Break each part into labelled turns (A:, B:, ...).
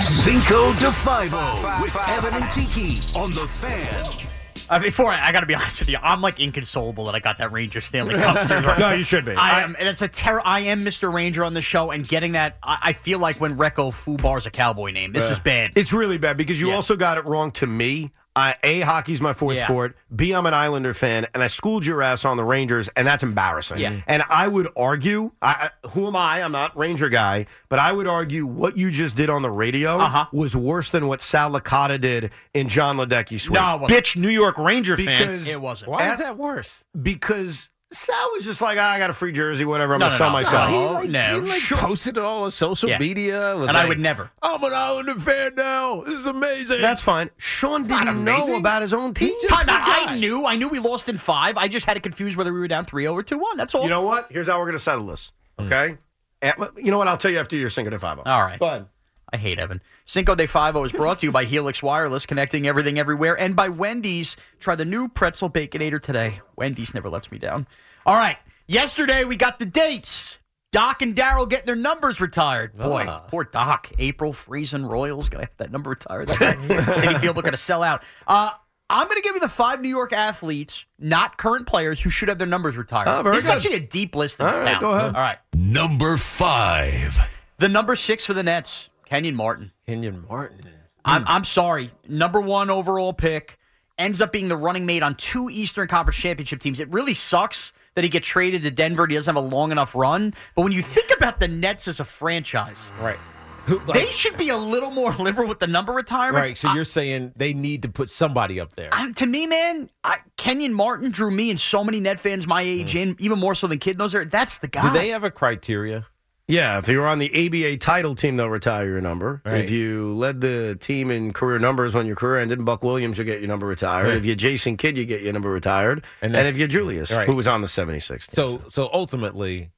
A: Cinco de Fivo with Evan and Tiki on the fan.
B: Uh, before I, I got to be honest with you, I'm like inconsolable that I got that Ranger Stanley Cup series.
C: No, you should be.
B: I am, and it's a terror. I am Mr. Ranger on the show, and getting that, I, I feel like when Recco Fubar's a cowboy name. This is bad.
C: It's really bad because you also got it wrong to me. I, a hockey's my fourth
B: Yeah.
C: sport. B I'm an Islander fan, and I schooled your ass on the Rangers, and that's embarrassing.
B: Yeah.
C: And I would argue, I, I- who am I? I'm not Ranger guy, but I would argue what you just did on the radio
B: Uh-huh.
C: was worse than what Sal Licata did in John Ledecky's suite.
B: No, it wasn't.
D: Bitch, New York Ranger fan.
C: because
B: It wasn't.
D: Why is
C: At-
D: that worse?
C: because Sal was just like, "Ah, I got a free jersey, whatever. I'm
B: No,
C: gonna
B: no,
C: sell
B: no.
C: myself.
B: No.
D: Oh, he like,
B: no.
D: he, like,
B: Sure.
D: posted it all on social
B: Yeah.
D: media. was
B: And I
D: like,
B: would never.
D: I'm an Islander fan now. This is amazing.
C: That's fine. Sean
D: not
C: didn't know
D: amazing.
C: about his own team.
D: He just-
B: Time out. I
D: guy.
B: knew. I knew we lost in five. I just had it confused whether we were down 3 0 or 2 1. That's all.
C: You know what? Here's how we're going to settle this. Okay. And- you know what? I'll tell you after your Cinco de Five. oh.
B: all right.
C: Go ahead.
B: I hate Evan. Cinco de Fivo is brought to you by Helix Wireless, connecting everything everywhere, and by Wendy's. Try the new pretzel baconator today. Wendy's never lets me down. All right. Yesterday we got the dates. Doc and Daryl getting their numbers retired. Boy,
D: Ah.
B: poor Doc. April freezing Royals gonna have that number retired. City Field looking to sell out. Uh, I'm going to give you the five New York athletes, not current players, who should have their numbers retired.
C: Oh, very
B: this
C: good.
B: is actually a deep list. in this
C: All right,
B: town.
C: go ahead.
B: All right.
A: Number five.
B: The number six for the Nets, Kenyon Martin.
D: Kenyon Martin.
B: I'm, I'm sorry. Number one overall pick ends up being the running mate on two Eastern Conference championship teams. It really sucks that he get traded to Denver. and He doesn't have a long enough run. But when you think about the Nets as a franchise,
D: Right. Who, like,
B: they should be a little more liberal with the number retirements.
D: right. So you're saying they need to put somebody up there.
B: I, to me, man, I, Kenyon Martin drew me and so many Net fans my age in, even more so than Kid knows her. That's the
D: Hmm. Do
B: guy.
D: they have a criteria?
C: Yeah, if you were on the ABA title team, they'll retire your number.
D: Right.
C: If you led the team in career numbers when your career ended, Buck Williams, you'll get your number retired.
D: Right.
C: If you're Jason Kidd, you get your number retired.
D: And
C: And,
D: that's-
C: if you're Julius,
D: Right.
C: who was on the 76. team.
D: So so ultimately,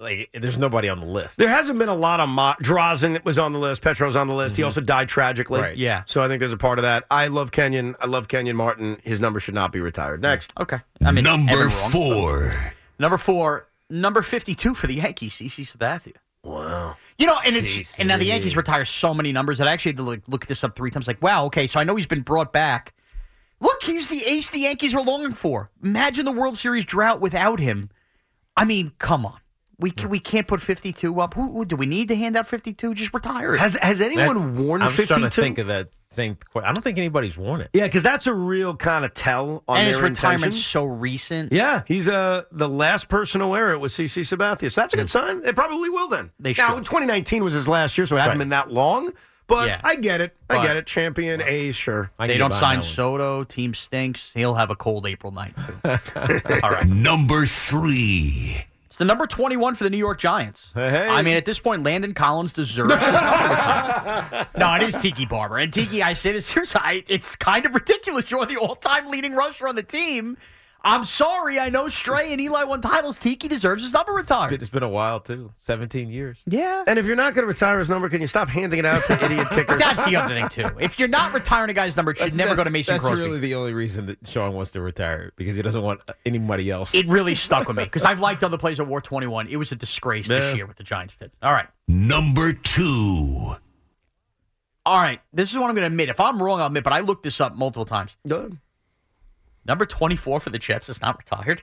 D: like there's nobody on the list.
C: there hasn't been a lot of mo- Drazen was on the list. Petro's on the list. He also died tragically.
D: Right.
B: Yeah.
C: So I think there's a part of that. I love Kenyon. I love Kenyon Martin. His number should not be retired. Next.
B: Okay. I mean, Evan
A: number
B: wrong.
A: four.
B: Number four, number 52 for the Yankees, CC Sabathia.
C: Wow.
B: You know, and it's
D: Jeez,
B: and now the
D: dude.
B: Yankees retire so many numbers that I actually had to look, look this up three times. Like, wow, okay, so I know he's been brought back. Look, he's the ace the Yankees are longing for. Imagine the World Series drought without him. I mean, come on, we can, we can't put fifty two up. Who, who- do we need to hand out fifty two? Just retire. it.
C: Has has anyone
D: That-
C: worn
D: I'm just
C: 52?
D: trying to think of that same. que- I don't think anybody's worn it.
C: yeah, because that's a real kind of tell on
B: and
C: their
B: his retirement's
C: intentions.
B: so recent.
C: Yeah, he's uh, the last person to wear it was CC Sabathia. So that's a good sign. It probably will then.
B: Mm. They
C: now,
B: should.
C: 2019 was his last year, so it hasn't
D: Right.
C: been that long. But
B: Yeah.
C: I get it. I
B: But-
C: get it. Champion A's, sure.
D: I can
B: They
D: get
B: don't
D: behind
B: sign
D: that one.
B: Soto. Team stinks. He'll have a cold April night. Too. All right.
A: Number three.
B: It's the number 21 for the New York Giants.
D: Hey.
B: I mean, at this point, Landon Collins deserves his number retired. No, it is Tiki Barber. And Tiki, I say this seriously, I, it's kind of ridiculous. You're the all time leading rusher on the team. I'm sorry. I know Stray and Eli won titles. Tiki deserves his number retired.
D: It's been a while too. 17 years.
B: Yeah.
C: And if you're not going to retire his number, can you stop handing it out to idiot kickers?
B: That's the other thing, too. If you're not retiring a guy's number, it should never go to Mason
D: That's
B: Crosby.
D: really the only reason that Sean wants to retire because he doesn't want anybody else.
B: it really stuck with me because I've liked other players at War 21. It was a disgrace this year what the Giants did. All right.
A: Number two.
B: All right. This is what I'm going to admit. If I'm wrong, I'll admit, but I looked this up multiple times.
C: Good.
B: Number 24 for the Jets is not retired.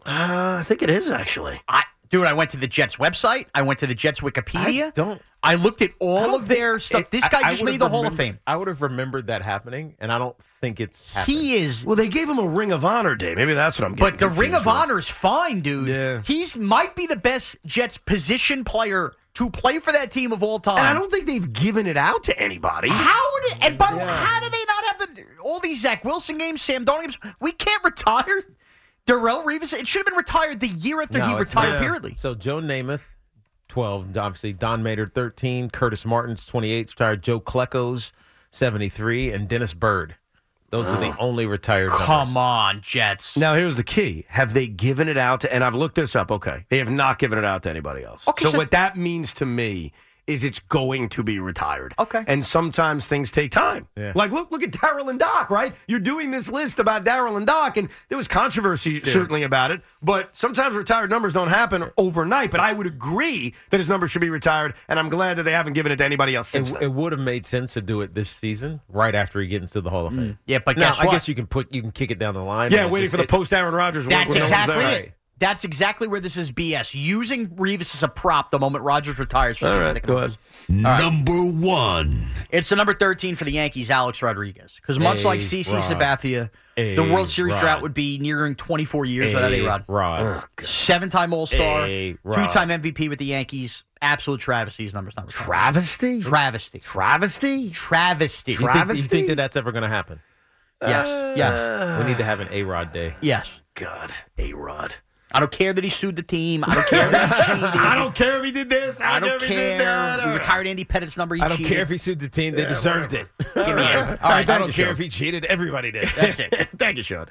C: Uh, I think it is, actually.
B: I dude, I went to the Jets website. I went to the Jets Wikipedia.
D: I don't-
B: I looked at all of their stuff.
D: It-
B: this
D: I-
B: guy
D: I
B: just
D: would've
B: made the Hall of
D: remembered-
B: Fame.
D: I would have remembered that happening, and I don't think it's happened.
B: He is
C: Well, they gave him a Ring of Honor day. Maybe that's what I'm getting
B: but the Ring of
C: confused with.
B: Honor is fine, dude.
C: Yeah.
B: He's might be the best Jets position player to play for that team of all time.
C: And I don't think they've given it out to anybody.
B: how did and by the way, how do they not have the all these Zach Wilson games, Sam Darnold games? We can't retire Darrell Revis. It should have been retired the year after
D: No,
B: he
D: it's
B: retired.
D: not.
B: Periodly.
D: So Joe Namath, 12. Obviously, Don Mater, 13. Curtis Martin's 28. Retired Joe Klecko's 73. And Dennis Bird. Those are the only retired
B: Come on, Jets.
C: Now here's the key: Have they given it out to? And I've looked this up. Okay, they have not given it out to anybody else.
B: Okay,
C: so,
B: so-
C: what that means to me is it's going to be retired.
B: Okay.
C: and sometimes things take time.
D: Yeah.
C: Like look, look at Daryl and Doc. Right, you're doing this list about Daryl and Doc, and there was controversy certainly about it. But sometimes retired numbers don't happen overnight. But I would agree that his number should be retired, and I'm glad that they haven't given it to anybody else since
D: It,
C: then.
D: it would have made sense to do it this season, right after he gets into the Hall of Fame.
B: Mm. Yeah, but
D: now,
B: guess
D: I
B: what?
D: guess you can put you can kick it down the line. but
C: yeah,
D: it's
C: waiting
D: just-
C: for the
D: it-
C: post Aaron Rodgers. one
B: That's
C: where no one's
B: exactly
C: there.
B: it. That's exactly where this is BS. Using Revis as a prop the moment Rogers retires. For All right,
C: Go ahead.
A: Number one.
B: It's the number 13 for the Yankees, Alex Rodriguez. Because much
D: A
B: like CC
D: Rod.
B: Sabathia, the
D: A
B: World Series
D: Rod.
B: drought would be nearing 24 years without
D: Hey,
B: A Rod.
D: Rod.
B: Seven time All Star,
D: A.
B: two
D: Rod.
B: time MVP with the Yankees. Absolute travesty. His number's not retired.
C: Travesty.
B: travesty.
C: Travesty.
B: Travesty.
D: You think, you
C: Travesty?
D: think that that's ever going to happen?
B: yes. Yes.
D: We need to have an A Rod day.
B: Yes.
C: God, A Rod.
B: I don't care that he sued the team. I don't care that he cheated.
C: I don't care if he did this. I
B: I
C: don't,
B: don't
C: care if he did
B: care.
C: that.
B: We retired Andy Pettit's number. He
D: I don't
B: cheated.
D: care if he sued the team; they deserved it.
B: Give me him. All
D: I
B: right.
D: don't
C: you,
D: care
C: Sean.
D: if he cheated; everybody did.
B: That's it.
C: Thank you, Sean.